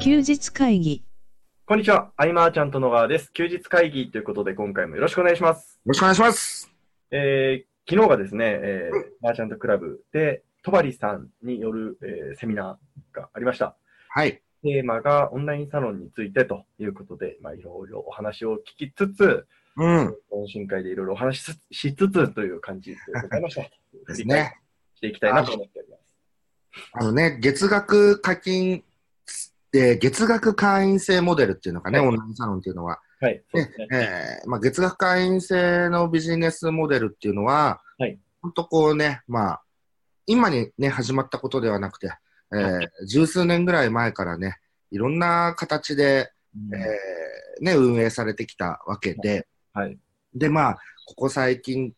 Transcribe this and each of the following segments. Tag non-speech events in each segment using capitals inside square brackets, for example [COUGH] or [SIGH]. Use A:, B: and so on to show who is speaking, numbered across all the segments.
A: 休日会議。
B: こんにちは。アイマーちゃんと野川です。休日会議ということで、今回もよろしくお願いします。
C: ろしくお願いします。
B: えー、昨日がですね、えー、マーチャントクラブで、戸張さんによる、えーセミナーがありました。
C: はい。
B: テーマがオンラインサロンについてということで、まあ、いろいろお話を聞きつつ、
C: うん。
B: 懇親会でいろいろお話しつつしつつという感じでございました。
C: ですね。
B: していきたいなと思っております。
C: あのね、月額課金、えー月額会員制モデルっていうのかね、
B: はい
C: オンラインサロンっていうのは。
B: はい、そうですね。
C: えーまあ、月額会員制のビジネスモデルっていうのは、
B: はい
C: ほんとこうね、まあ、今にね、始まったことではなくて、えー十数年ぐらい前からね、いろんな形で、
B: うん
C: えーね、運営されてきたわけで、
B: はい。
C: で、まあ、ここ最近、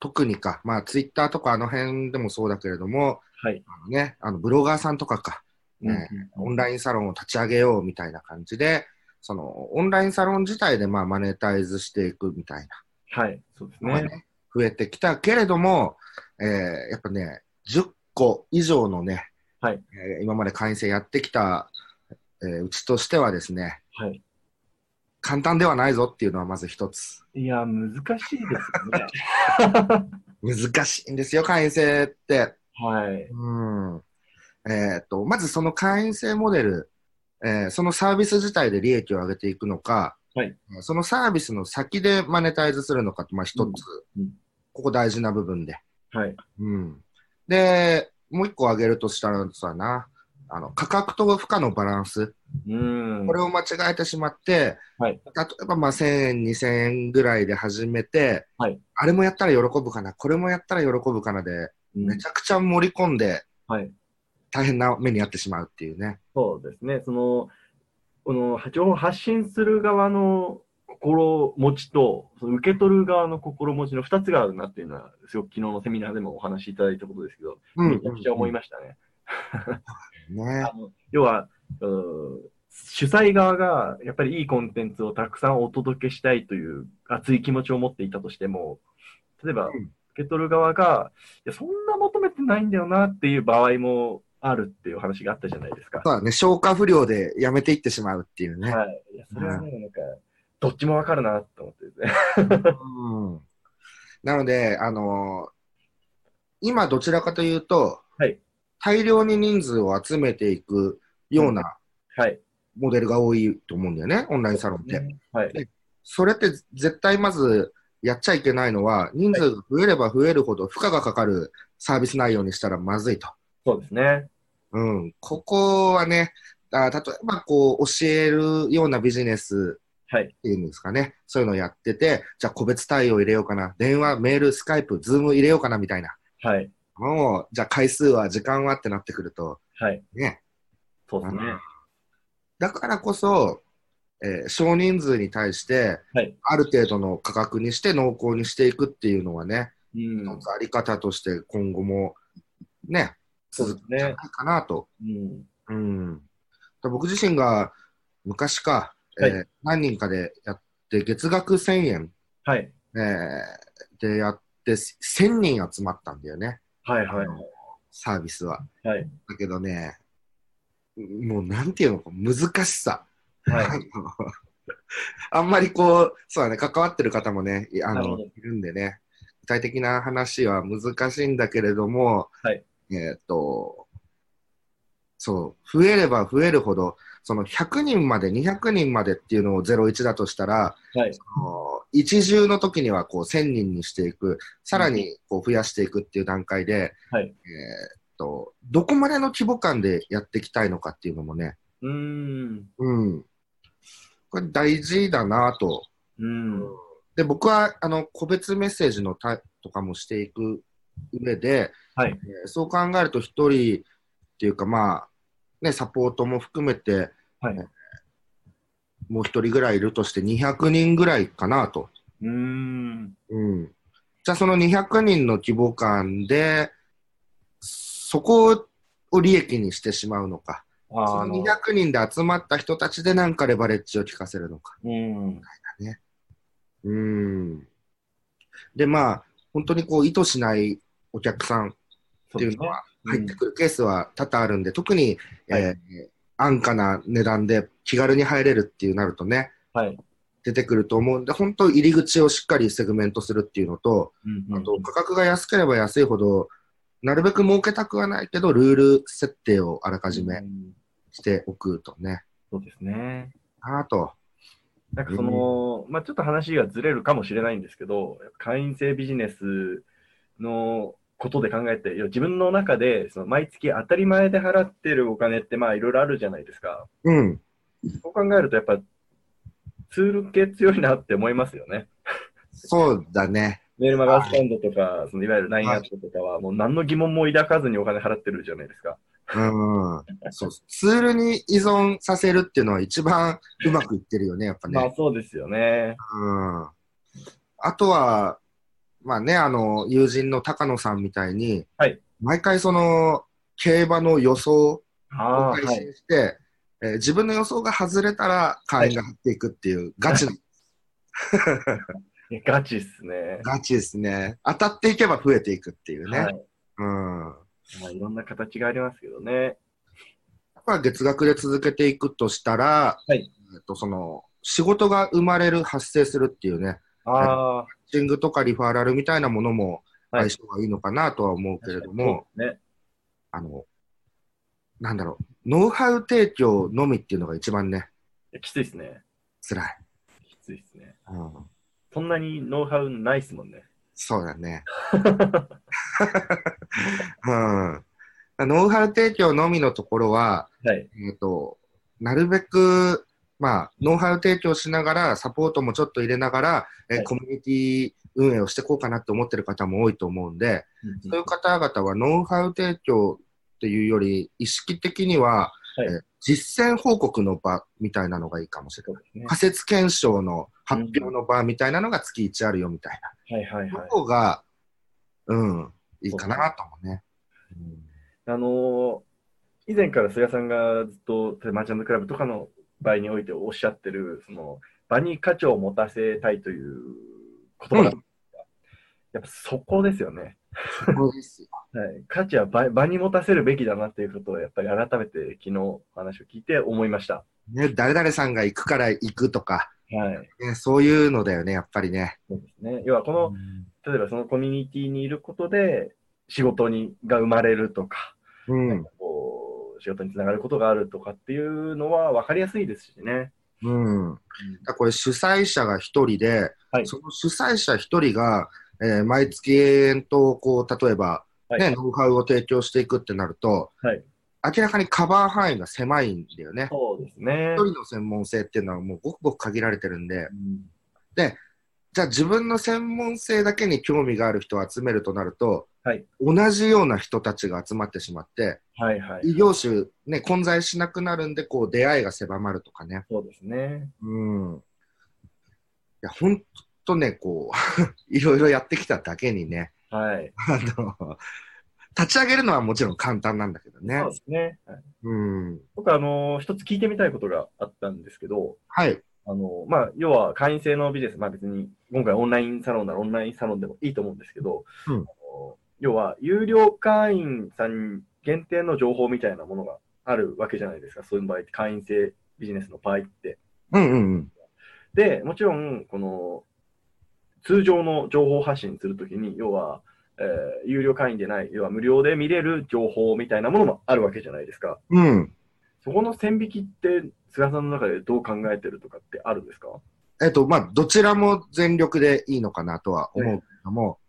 C: 特にか、まあ、ツイッターとかあの辺でもそうだけれども、
B: はい。
C: あのね、あのブロガーさんとかか、ねオン
B: イ
C: ラインサロンを立ち上げようみたいな感じで、そのオンラインサロン自体でまあマネタイズしていくみたい
B: ン。はい、そうです
C: なのが
B: ね
C: ね、。増えてきたけれども、えーやっぱね、10個以上のね、
B: はい
C: えー今まで会員制やってきた、えーうちとしてはですね、
B: はい。
C: 簡単ではないぞっていうのはまず一つ。
B: いや、難しいですよね。
C: 難しいんですよ、会員制って。
B: はい。
C: うんえー、とまずその会員制モデル、えーそのサービス自体で利益を上げていくのか、
B: はい
C: えーそのサービスの先でマネタイズするのかって、まあ、一つ、
B: うんうん
C: ここ大事な部分で。
B: はい。
C: うん、で、もう一個挙げるとしたらさな、あの価格と負荷のバランス、
B: うん
C: こ。れを間違えてしまって、
B: はい
C: 例えばまあ1000円、2000円ぐらいで始めて、
B: はい
C: あれもやったら喜ぶかな、これもやったら喜ぶかなで、
B: うん
C: めちゃくちゃ盛り込んで、
B: はい。
C: 大変な目に遭ってしまうっていうね。
B: そうですね。その、この情報を発信する側の心持ちと、その受け取る側の心持ちの2つがあるなっていうのは、すごく昨日のセミナーでもお話しいただいたことですけど、
C: うん
B: めちゃくちゃ思いましたね。
C: ね
B: あ。の要は、うん主催側がやっぱりいいコンテンツをたくさんお届けしたいという熱い気持ちを持っていたとしても、例えば、
C: うん
B: 受け取る側が、いや、そんな求めてないんだよなっていう場合もあるっていう話があったじゃないですか。
C: そうだね、消化不良でやめていってしまうっていうね。
B: はい。いや、それはね、なんか、どっちもわかるなと思ってですね。
C: うんなので、あのー今どちらかというと、
B: はい
C: 大量に人数を集めていくような
B: はい。
C: モデルが多いと思うんだよね、オンラインサロンって。
B: はい。
C: それって絶対まずやっちゃいけないのは、人数が増えれば増えるほど負荷がかかるサービス内容にしたらまずいと。
B: そうですね。
C: うん、ここはね、あ例えばこう教えるようなビジネス
B: はい。
C: っていうんですかね、そういうのをやってて、じゃあ個別対応入れようかな、電話、メール、スカイプ、ズーム入れようかなみたいな、
B: はい。
C: もうじゃあ回数は、時間はってなってくると、
B: はい。
C: ね、
B: そうですね。
C: だからこそ、えー少人数に対して、
B: はい
C: ある程度の価格にして、濃厚にしていくっていうのはね、
B: うん。
C: 一つあり方として今後もね、続くんじゃないかなと
B: うん。
C: うん、僕自身が昔か、え
B: はい
C: ー何人かでやって、月額1000円、
B: はい。
C: えーでやって、1000人集まったんだよね、
B: はい。はい。
C: サービスは。
B: はい。
C: だけどね、もうなんていうのか、難しさ。
B: はい。
C: あんまりこう、そうだね、関わってる方もね、いあ
B: なるほ
C: の
B: ど
C: いるんでね、具体的な話は難しいんだけれども、
B: はい
C: えーっと、そう、増えれば増えるほど、その100人まで、200人までっていうのを01だとしたら、
B: はい。
C: あの一重の時にはこう1000人にしていく、さらにこう増やしていくっていう段階で、
B: はい
C: えーっと、どこまでの規模感でやっていきたいのかっていうのもね、
B: うーん。
C: うん。これ大事だなと。
B: うん。
C: で、僕は、あの、個別メッセージのたとかもしていく上で、
B: はい
C: えーそう考えると一人っていうか、まあ、ね、サポートも含めて、
B: はい
C: えーもう一人ぐらいいるとして200人ぐらいかなと。
B: うーん。
C: うん。じゃあその200人の規模感で、そこを利益にしてしまうのか。
B: あ
C: その200人で集まった人たちでなんかレバレッジを効かせるのか。
B: うん。
C: うん。で、まあ、本当にこう意図しないお客さんっ
B: そ
C: て
B: う
C: い
B: です
C: うの
B: ね。
C: は入ってくるケースは多々あるんで、特に、
B: はい
C: えー安価な値段で気軽に入れるっていうなるとね、
B: はい。
C: 出てくると思うんで、本当入り口をしっかりセグメントするっていうのと、
B: うんうん
C: あと価格が安ければ安いほど、なるべく儲けたくはないけど、ルール設定をあらかじ
B: う
C: め
B: ん
C: しておくとね。
B: そうですね。
C: あと、
B: なんかその、まあちょっと話がずれるかもしれないんですけど、やっぱ会員制ビジネスのことで考えて、いや自分の中でその毎月当たり前で払ってるお金ってまあいろいろあるじゃないですか。
C: うん、
B: そう考えるとやっぱツール系強いなって思いますよね。
C: そうだね。
B: メルマガスタンドとか、そのいわゆる LINE アップとかはもう何の疑問も抱かずにお金払ってるじゃないですか。
C: うん。そう、ツールに依存させるっていうのは一番うまくいってるよね、やっぱね。
B: まあそうですよね。
C: うんあとは、まあね、あの、友人の高野さんみたいに、
B: はい
C: 毎回その、競馬の予想
B: あ
C: を
B: あ、は
C: 配
B: い。
C: 信して、えー自分の予想が外れたら会員が張っていくっていう、ガチ、
B: いやガチっすね。
C: ガチですね。当たっていけば増えていくっていうね。
B: はい。
C: うん。や
B: まあいろんな形がありますけどね。
C: っぱ月額で続けていくとしたら、
B: はい
C: えっと、その、仕事が生まれる、発生するっていうね、
B: ああ、
C: マッチングとかリファラルみたいなものも
B: は
C: 相
B: い
C: 性がいいのかなとは思うけれども、
B: そうですね。
C: あの、なんだろう、ノウハウ提供のみっていうのが一番ね、
B: いやきついですね。
C: 辛い。
B: きついですね。
C: うん、
B: そんなにノウハウないですもんね。
C: そう
B: [LAUGHS]
C: だね。うん。ノウハウ提供のみのところは、
B: はい。
C: えっ、と、なるべく、まあ、ノウハウ提供しながら、サポートもちょっと入れながら、えー
B: はい
C: コミュニティ運営をしていこうかなって思ってる方も多いと思うんで、そういう方々はノウハウ提供っていうより、意識的には、
B: はい
C: えー実践報告の場みたいなのがいいかもしれな
B: そ
C: い
B: うですね。
C: 仮説検証の発表の場みたいなのが月1あるよみたい
B: はいはい
C: な
B: はい。
C: 方が、うん、いいかなと思うね。
B: あのー以前から菅さんがずっとマーチャンドクラブとかの場合においておっしゃってる、その場に価値を持たせたいという言葉だ、
C: う
B: やっぱそこですよね。
C: そうですよ。
B: はい、価値は場場に持たせるべきだなっていうことをやっぱり改めて昨日お話を聞いて思いました。
C: ね、誰々さんが行くから行くとか、
B: はい。
C: ね、そういうのだよね、やっぱりね。
B: そうですね。要はこの、例えばそのコミュニティにいることで仕事にが生まれるとか、
C: うん、
B: こう仕事につながることがあるとかっていうのは分かりやすいですしね。
C: うん。だからこれ主催者が一人で、
B: はい
C: その主催者一人が、えー毎月永遠と、こう、例えば、
B: はい
C: ね、ノウハウを提供していくってなると、
B: はい
C: 明らかにカバー範囲が狭いんだよね。
B: そうですね
C: 一。人の専門性っていうのはもうごくごく限られてるんで、
B: うん
C: じゃあ自分の専門性だけに興味がある人を集めるとなると、
B: はい
C: 同じような人たちが集まってしまって、
B: はいはい。
C: 異業種、ね、混在しなくなるんで、こう出会いが狭まるとかね。
B: そうですね。
C: うん。いや、ほんとね、こう、い [LAUGHS] ろいろやってきただけにね、 [LAUGHS]
B: はい。
C: あの、立ち上げるのはもちろん簡単なんだけどね
B: そう。ですね。はい、
C: うん。
B: 僕あの一つ聞いてみたいことがあったんですけど、
C: はい。
B: あのまあ、要は会員制のビジネス、まあ、別に今回オンラインサロンならオンラインサロンでもいいと思うんですけど、
C: うん
B: あの要は有料会員さん限定の情報みたいなものがあるわけじゃないですか、そういう場合って、会員制ビジネスの場合って。
C: うんうんうん。
B: で、もちろん、この、通常の情報発信するときに、要は、えー有料会員でない、要は無料で見れる情報みたいなものもあるわけじゃないですか。
C: うん。
B: そこの線引きって、菅さんの中でどう考えてるとかってあるんですか
C: えっと、まあ、どちらも全力でいいのかなとは思うけども、えー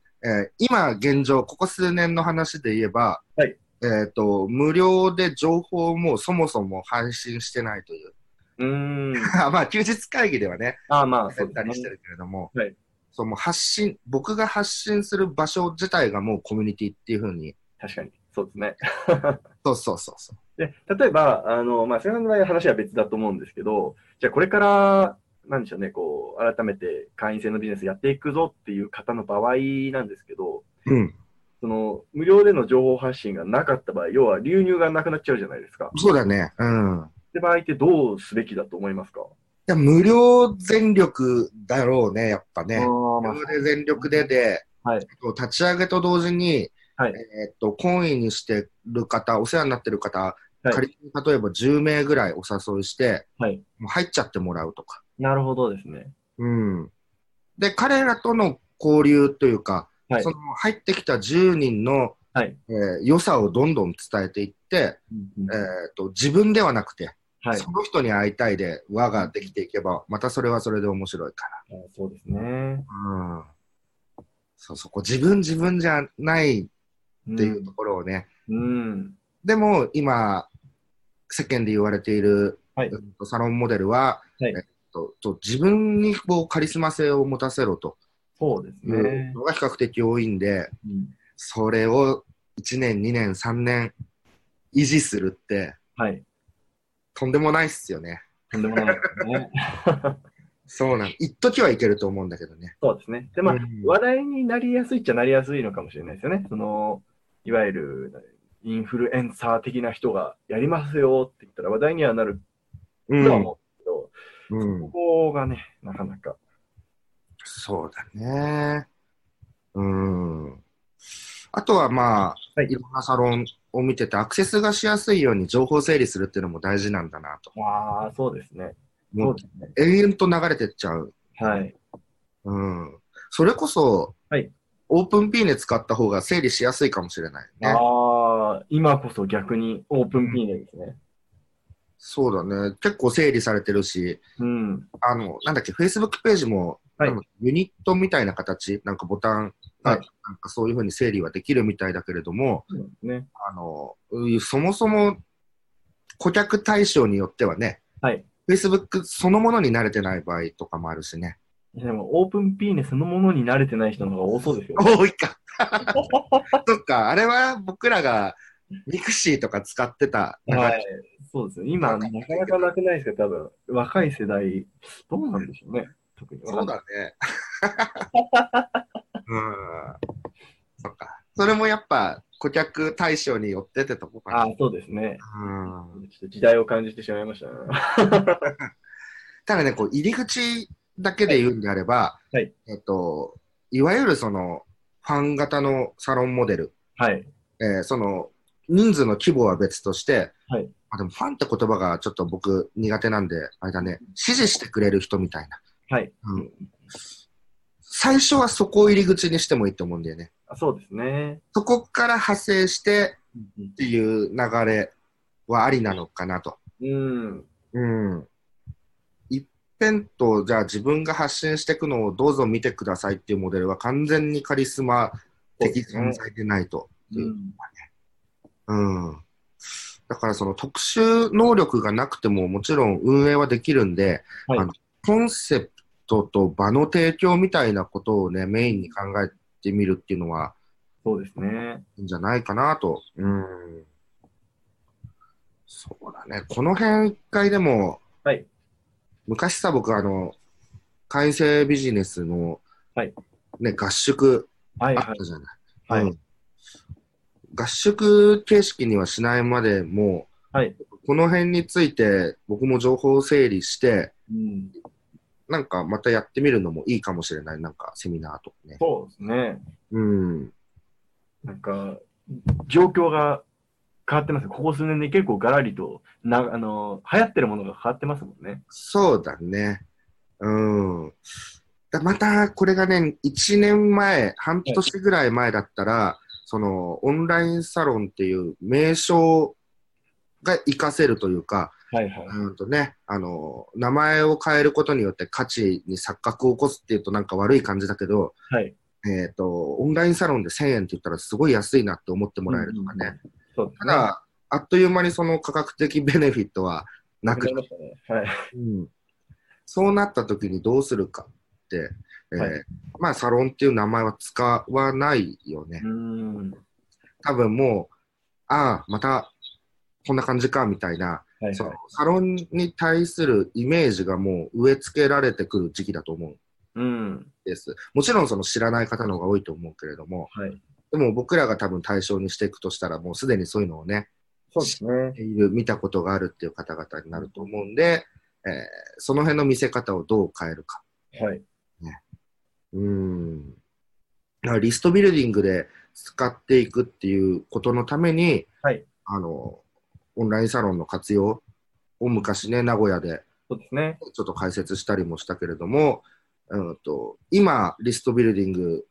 C: 今現状、ここ数年の話で言えば、
B: はい
C: えっと、無料で情報もそもそも配信してないという。 [LAUGHS]
B: うーん。
C: まあ、休日会議ではね、
B: ああ、まあ、
C: や
B: そう
C: っ
B: で
C: たりし
B: す
C: て
B: ね。
C: るけれども、
B: はい
C: そうもう発信、僕が発信する場所自体がもうコミュニティっていうふうに、
B: 確かに。そうですね。
C: そうそうそうそう。
B: で、例えば、あの、まあ、菅さんの場合は話は別だと思うんですけど、じゃあこれから、なんでしょうね、こう、改めて会員制のビジネスやっていくぞっていう方の場合なんですけど、
C: うん、
B: その無料での情報発信がなかった場合、要は流入がなくなっちゃうじゃないですか。っ
C: そうだね。うん。
B: て場合ってどうすべきだと思いますか、
C: いや無料全力だろうね、やっぱね。
B: あ
C: 無料で全力でで、
B: はい
C: えっと立ち上げと同時に、
B: はい
C: えっと、懇意にしてる方、お世話になってる方、
B: はい
C: 仮に例えば10名ぐらいお誘いして、
B: はい。
C: もう入っちゃってもらうとか。
B: なるほどですね。
C: うん。で、彼らとの交流というか、
B: はい
C: その入ってきた10人の、
B: はい。
C: えー良さをどんどん伝えていって、えーと、自分ではなくて、
B: はい。
C: その人に会いたいで輪ができていけば、またそれはそれで面白いか
B: あそうですね。
C: な。うん。そうそこ、自分自分じゃないっていうところをね。
B: うん。
C: でも、今、世間で言われている、
B: はい
C: うんとサロンモデルは、
B: はい
C: えっとと自分にこうカリスマ性を持たせろと
B: そうです
C: い
B: ね
C: う。のが比較的多いんで、
B: うん
C: それを1年、2年、3年維持するって、
B: はい。
C: とんでもないっすよね。
B: とんでもないですね。
C: そうなん。一時はいけると思うんだけどね。
B: そうですね。で、まあ、
C: うん
B: 話題になりやすいっちゃなりやすいのかもしれないですよね。その、いわゆるインフルエンサー的な人がやりますよって言ったら話題にはなる
C: う
B: と
C: ん
B: は思うけど、
C: う
B: こ、
C: ん
B: こがね、なかなか。
C: そうだね。うん。あとはまあ、
B: はい
C: い、ろんなサロンを見てて、アクセスがしやすいように情報整理するっていうのも大事なんだなと。
B: ああ、そうですね。そ
C: も
B: う
C: う
B: ですね。
C: 延々と流れてっちゃう。
B: はい。
C: うん。それこそ、
B: はい
C: オープンピーネ使った方が整理しやすいかもしれないね。
B: ああ、今こそ逆にオープンピーネですね。
C: そうだね。結構整理されてるし、
B: うん。
C: あの、なんだっけ、Facebook ページも、
B: はい
C: なんかユニットみたいな形、なんかボタンが、
B: はい
C: なんかそういうふうに整理はできるみたいだけれども、
B: そうですね。
C: あの、うそもそも顧客対象によってはね、
B: はい。
C: Facebook そのものに慣れてない場合とかもあるしね。 [LAUGHS]
B: でも、オープンピーネそのものに慣れてない人の方が多そうですよ、ね。
C: 多
B: [LAUGHS]
C: いか。そっか、あれは僕らがミクシーとか使ってた流れ。
B: はい。そうですね。今、なかなかなくないですけど、多分、若い世代、どうなんでしょうね。特に。
C: そうだね。うん。そっか。それもやっぱ顧客対象によってってとこかな。
B: ああ、そうですね。
C: うん
B: ちょっと時代を感じてしまいましたね。 [LAUGHS]
C: ただね、こう入り口だけで言うんであれば、
B: はい
C: えっと、いわゆるそのファン型のサロンモデル、
B: はい。
C: えーその人数の規模は別として、
B: はい
C: あでもファンって言葉がちょっと僕苦手なんで、あれだね、支持してくれる人みたいな。
B: はい。
C: うん、最初はそこを入り口にしてもいいと思うんだよね。
B: あそうですね。
C: そこから派生してっていう流れはありなのかなと。
B: うん。
C: うん。一辺と、じゃあ自分が発信していくのをどうぞ見てくださいっていうモデルは完全にカリスマ的存在でないと。
B: うん。
C: うん。だからその特殊能力がなくてももちろん運営はできるんで、
B: はい
C: あのコンセプトと場の提供みたいなことをね、メインに考えてみるっていうのは
B: そうですね。
C: いいんじゃないかなと。うん。そうだね。この辺一回でも、
B: はい。
C: 昔さ、僕、あの、改正ビジネスの、
B: はい
C: ね、合宿
B: はい
C: あ
B: は
C: っ
B: い
C: たじゃない。
B: はい。
C: うん合宿形式にはしないまでも、
B: はい
C: この辺について僕も情報を整理して、
B: うん。
C: なんかまたやってみるのもいいかもしれない。なんかセミナーとかね。
B: そうですね。
C: うん。
B: なんか、状況が変わってます。ここ数年で結構ガラリと、な、あの、流行ってるものが変わってますもんね。
C: そうだね。うん。だまたこれがね、1年前、半年ぐらい前だったら、そのオンラインサロンっていう名称が活かせるというか、
B: はいはい。
C: うんとね、あの名前を変えることによって価値に錯覚を起こすっていうとなんか悪い感じだけど、
B: はい。
C: えー、とオンラインサロンで1000円って言ったらすごい安いなって思ってもらえるとかね、
B: そうです
C: た
B: ね。
C: だ、あっという間にその価格的ベネフィットはな
B: な
C: く
B: くなりましたね。はい。
C: うん、そうなった時にどうするかって、えー
B: はい
C: まあサロンっていう名前は使わないよね
B: う。ん。
C: 多分もう、ああ、またこんな感じかみたいな、
B: はい
C: その
B: はい。
C: サロンに対するイメージがもう植え付けられてくる時期だと思うん
B: うん。
C: です。もちろんその知らない方の方が多いと思うけれども、
B: はい。
C: でも僕らが多分対象にしていくとしたら、もうすでにそういうのをね、
B: そうですね。
C: いる、見たことがあるっていう方々になると思うんで、えーその辺の見せ方をどう変えるか。
B: はい。
C: うーん。だからリストビルディングで使っていくっていうことのために、
B: はい
C: あの、オンラインサロンの活用を昔ね、名古屋で
B: そうですね。
C: ちょっと解説したりもしたけれども、うんと今、リストビルディング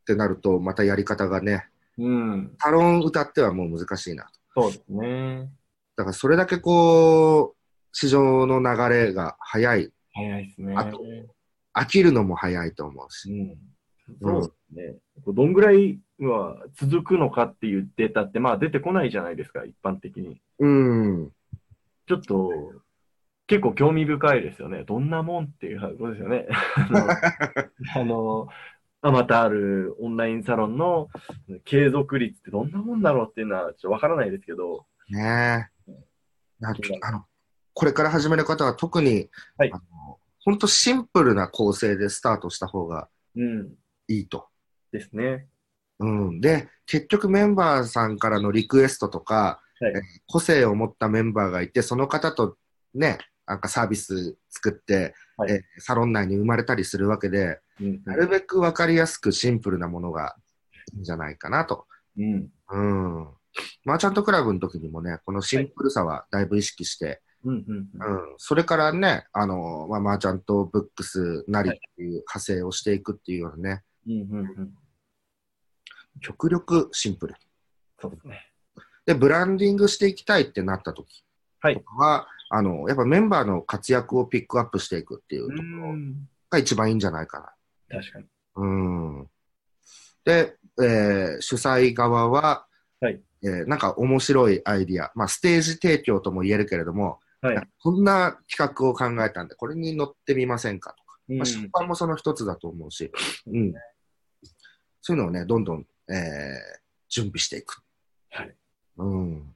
C: ってなると、またやり方がね、
B: うん。
C: サロン歌ってはもう難しいなと。
B: そうですね。
C: だからそれだけこう、市場の流れが早い。
B: 早いですね。
C: あと飽きるのも早いと思う
B: う
C: し。
B: ん。そうですね。こうどんぐらいは続くのかっていうデータって、まあ出てこないじゃないですか、一般的に。
C: うん。
B: ちょっと、結構興味深いですよね。どんなもんっていうことですよね。 [LAUGHS] あの、あのあまたあるオンラインサロンの継続率ってどんなもんだろうっていうのはちょっとわからないですけど、
C: ねえ。なんかあのこれから始める方は特に、
B: はい
C: あの本当シンプルな構成でスタートした方が
B: うん、
C: いいと。
B: ですね。
C: うん、で、結局メンバーさんからのリクエストとか、
B: はい
C: え個性を持ったメンバーがいて、その方とね、なんかサービス作って、
B: はい
C: えサロン内に生まれたりするわけで、
B: うん、
C: なるべく分かりやすくシンプルなものがいいんじゃないかなと。
B: うん、
C: うん。マーチャントクラブの時にもね、このシンプルさはだいぶ意識して、
B: うん、うん、
C: うん。それからね、あの、まあ、マーチャントブックスなりっていう派生をしていくっていうようなね、
B: うん、うん、うん、
C: 極力シンプル。
B: そうですね。
C: で、ブランディングしていきたいってなった時
B: はい。
C: は、あの、やっぱメンバーの活躍をピックアップしていくっていうところ
B: ん、
C: が一番いいんじゃないかな。
B: 確かに。
C: うん。で、えー主催側は、
B: はい
C: えーなんか面白いアイディア、まあ、ステージ提供とも言えるけれども、
B: はい。
C: こんな企画を考えたんで、これに乗ってみませんかとか、
B: うん
C: まあ、出版もその一つだと思うし、うん、そういうのをね、どんどん、えー準備していく。
B: はい
C: うん、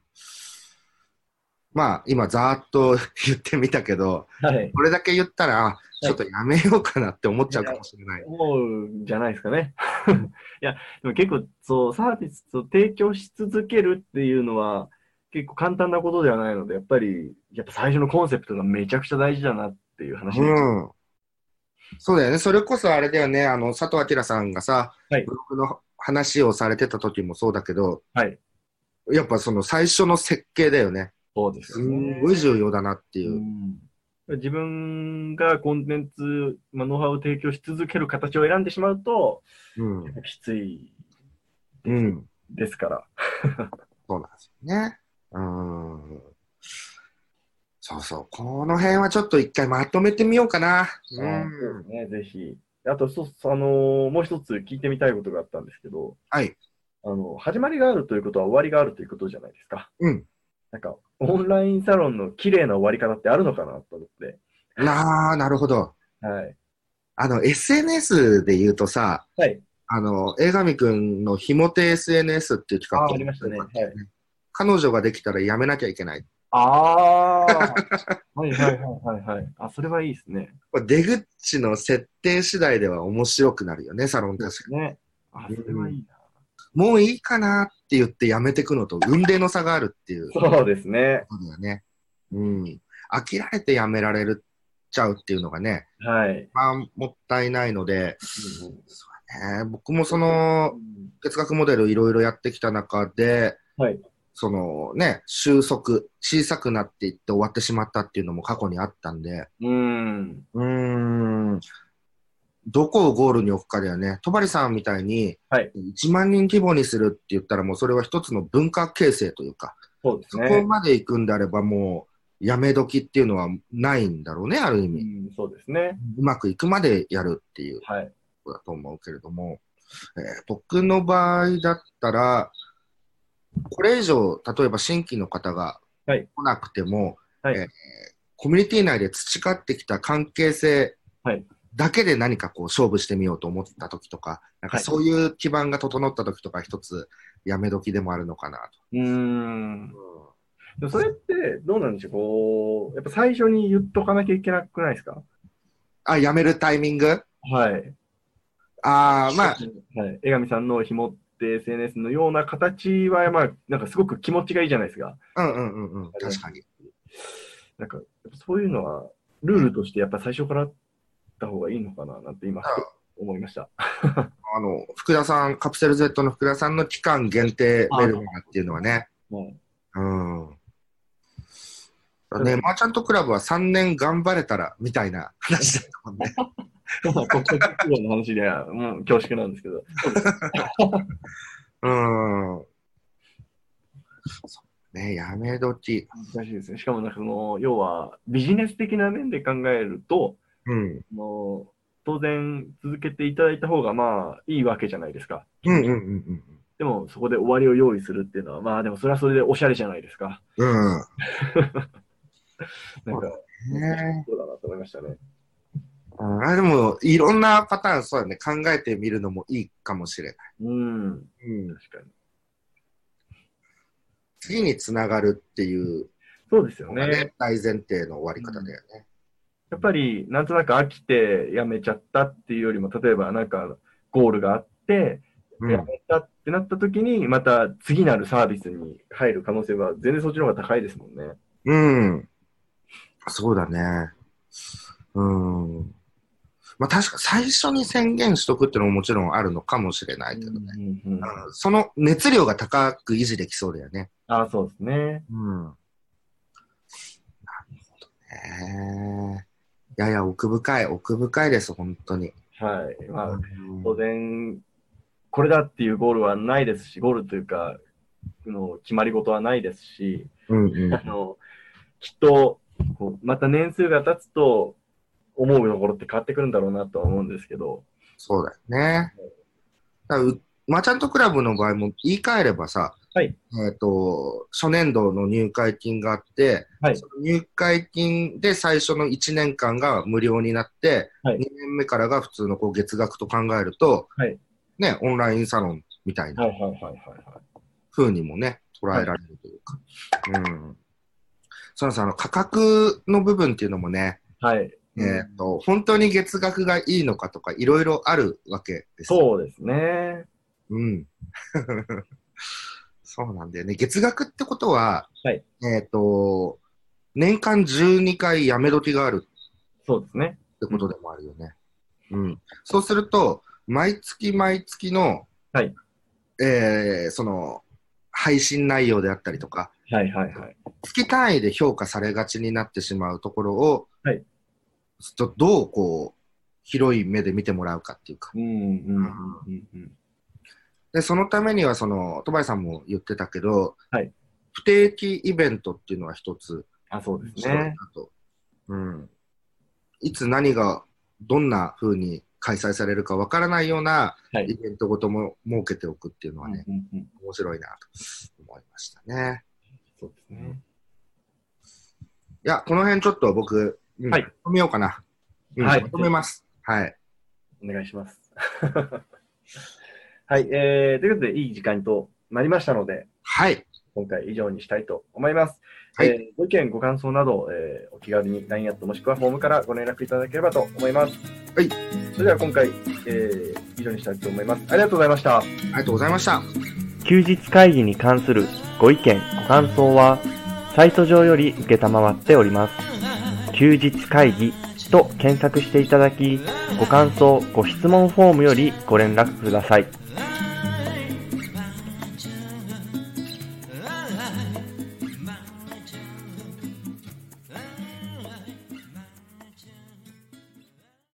C: まあ、今、ざーっと言ってみたけど、
B: はい。
C: これだけ言ったら、あちょっとやめようかなって思っちゃうかもしれない。
B: 思うんじゃないですかね。 [LAUGHS] いや、でも結構、そう、サービスを提供し続けるっていうのは、結構簡単なことではないので、やっぱり、やっぱ最初のコンセプトがめちゃくちゃ大事だなっていう話です。
C: うん。そうだよね。それこそあれだよね。あの、佐藤明さんがさ、
B: はい
C: ブログの話をされてた時もそうだけど、
B: はい。
C: やっぱその最初の設計だよね。
B: そうです
C: す
B: よね
C: んごい重要だなっていうう。
B: ん自分がコンテンツ、まあ、ノウハウを提供し続ける形を選んでしまうと、
C: うん。
B: きつい
C: うん。
B: ですから。
C: そうなんですよね。うん。そうそう。この辺はちょっと一回まとめてみようかな。う
B: うん
C: ん。
B: ね、ぜひ。あと、そう、あのーもう一つ聞いてみたいことがあったんですけど、
C: はい。
B: あの、始まりがあるということは終わりがあるということじゃないですか。
C: うん。
B: なんか、オンラインサロンの綺麗な終わり方ってあるのかなと思って。
C: なあ、なるほど。
B: はい。
C: あの、SNS で言うとさ、
B: はい。
C: あの、江上くんのひもて SNS っていう企画
B: あありましたねはい
C: 彼女ができたらやめなきゃいけない。
B: ああ [LAUGHS] はいはいはいはいはい。あ、それはいいですね。
C: これ出口の設定次第では面白くなるよね、サロン確か
B: ね。あ、それはいいな。
C: に。もういいかなって言ってやめてくのと、運命の差があるって
B: [LAUGHS]
C: いうこ
B: そうですね。
C: とだよね。うん。飽きられてやめられるちゃうっていうのがね、
B: はい。
C: まあ、もったいないので、えー僕もその、哲学モデルいろいろやってきた中で、
B: はい
C: そのね、収束、小さくなっていって終わってしまったっていうのも過去にあったんで、
B: うん。
C: うーん、どこをゴールに置くかだよね。戸張さんみたいに、
B: はい
C: 1万人規模にするって言ったら、もうそれは一つの文化形成というか、
B: そうです
C: そこ
B: ね。
C: まで行くんであれば、もうやめ時っていうのはないんだろうね、ある意
B: う
C: 味。
B: ん、そうですね。
C: うまくいくまでやるっていう。
B: はい。
C: だと思うけれども、えー僕の場合だったら、これ以上、例えば新規の方が
B: はい
C: 来なくても、
B: はい
C: えーコミュニティ内で培ってきた関係性
B: はい
C: だけで何かこう勝負してみようと思った時とか、なんか
B: はい
C: そういう基盤が整った時とか、一つやめ時でもあるのかな
B: うん
C: と。。
B: でもそれって、どうなんでしょう。こう、やっぱ最初に言っとかなきゃいけなくないですか
C: あ、やめるタイミング
B: はい。
C: ああ、まあ、
B: はい、江上さんのひもって SNS のような形は、まあ、なんかすごく気持ちがいいじゃないですか。
C: うんうんうんうん、確かに。
B: なんか、そういうのは、ルールとしてやっぱ最初からあった方がいいのかななんて今、ふと思いました。
C: あの、福田さん、カプセル Z の福田さんの期間限定メルマガっていうのはね、
B: はい
C: うん。ね、マーチャントクラブは3年頑張れたら、みたいな話だったもんね。
B: まあ、国際結合の話では、もう恐縮なんですけど。
C: うん。そうね、やめ時。
B: 難しいですね。しかも、なんかその、要は、ビジネス的な面で考えると、
C: うん。
B: あの当然続けていただいた方が、まあ、いいわけじゃないですか。
C: うんうんうん
B: でも、そこで終わりを用意するっていうのは、まあ、でもそれはそれでおしゃれじゃないですか。
C: うん。う
B: なんか、
C: ん。ね
B: そうだなと思いましたね。
C: うんあでも、いろんなパターン、そうだね、考えてみるのもいいかもしれない。
B: うん、
C: うん。
B: 確かに。
C: 次につながるっていう
B: そうですよ
C: のが
B: ね。
C: ね、大前提の終わり方だよね。
B: やっぱり、なんとなく飽きてやめちゃったっていうよりも、例えばなんか、ゴールがあって、
C: うん。
B: やめたってなった時に、また次なるサービスに入る可能性は、全然そっちの方が高いですもんね。
C: うん。そうだね。うん。まあ確か最初に宣言しとくっていうのももちろんあるのかもしれないけどね。
B: うんうんうん
C: うんその熱量が高く維持できそうだよね。
B: あそうですね。
C: うん。なるほどね。やや奥深い、奥深いです、本当に。
B: はい。ま
C: う
B: あ、
C: ん
B: 当然、これだっていうゴールはないですし、ゴールというか、あの決まり事はないですし、
C: うん
B: あのきっとこうまた年数が経つと思うところって変わってくるんだろうなとは思うんですけど、
C: そうだよね。だからうマーチャントクラブの場合も言い換えればさ、
B: はい
C: えっと初年度の入会金があって、
B: はい
C: その入会金で最初の1年間が無料になって、
B: はい
C: 2年目からが普通のこう月額と考えると、
B: はい
C: ね、オンラインサロンみたいな
B: はいはいはいはいは
C: 風にもね、捉えられるというか。うん。そのさ、あの価格の部分っていうのもね、
B: い。はい。
C: えっと本当に月額がいいのかとかいろいろあるわけですよ
B: そうですね。
C: うん。 [LAUGHS] そうなんだよね。月額ってことは、
B: はい
C: えっ、と、年間12回やめ時がある
B: そうですね。
C: ってことでもあるよね。うん。そうすると、毎月毎月の、
B: はい
C: えーその、配信内容であったりとか、
B: はいはいはい。
C: 月単位で評価されがちになってしまうところを、
B: はい
C: ちょっとどう、こう、広い目で見てもらうかっていうか。
B: うんうんうんうんうん。
C: で、そのためには、その、戸林さんも言ってたけど、
B: はい
C: 不定期イベントっていうのは一つ、
B: あ、そうです
C: そうだ
B: ね。
C: と。うん。いつ何が、どんな風に開催されるかわからないような
B: はい
C: イベントごとも設けておくっていうのはね、
B: うんうんうん
C: 面白いなと思いましたね。
B: そうですね。
C: いや、この辺ちょっと僕、うん
B: はい
C: まとめようかな。うん
B: はい
C: まとめます。はい。
B: お願いします。 [LAUGHS] はい。えー、ということで、いい時間となりましたので、
C: はい。
B: 今回以上にしたいと思います。
C: はい
B: えーご意見、ご感想など、えーお気軽に LINE アットもしくはフォームからご連絡いただければと思います。
C: はい。
B: それでは今回、えー以上にしたいと思います。ありがとうございました。
C: ありがとうございました。
B: 休日会議に関するご意見、ご感想は、サイト上より受けたまわっております。休日会議と検索していただき、ご感想、ご質問フォームよりご連絡ください。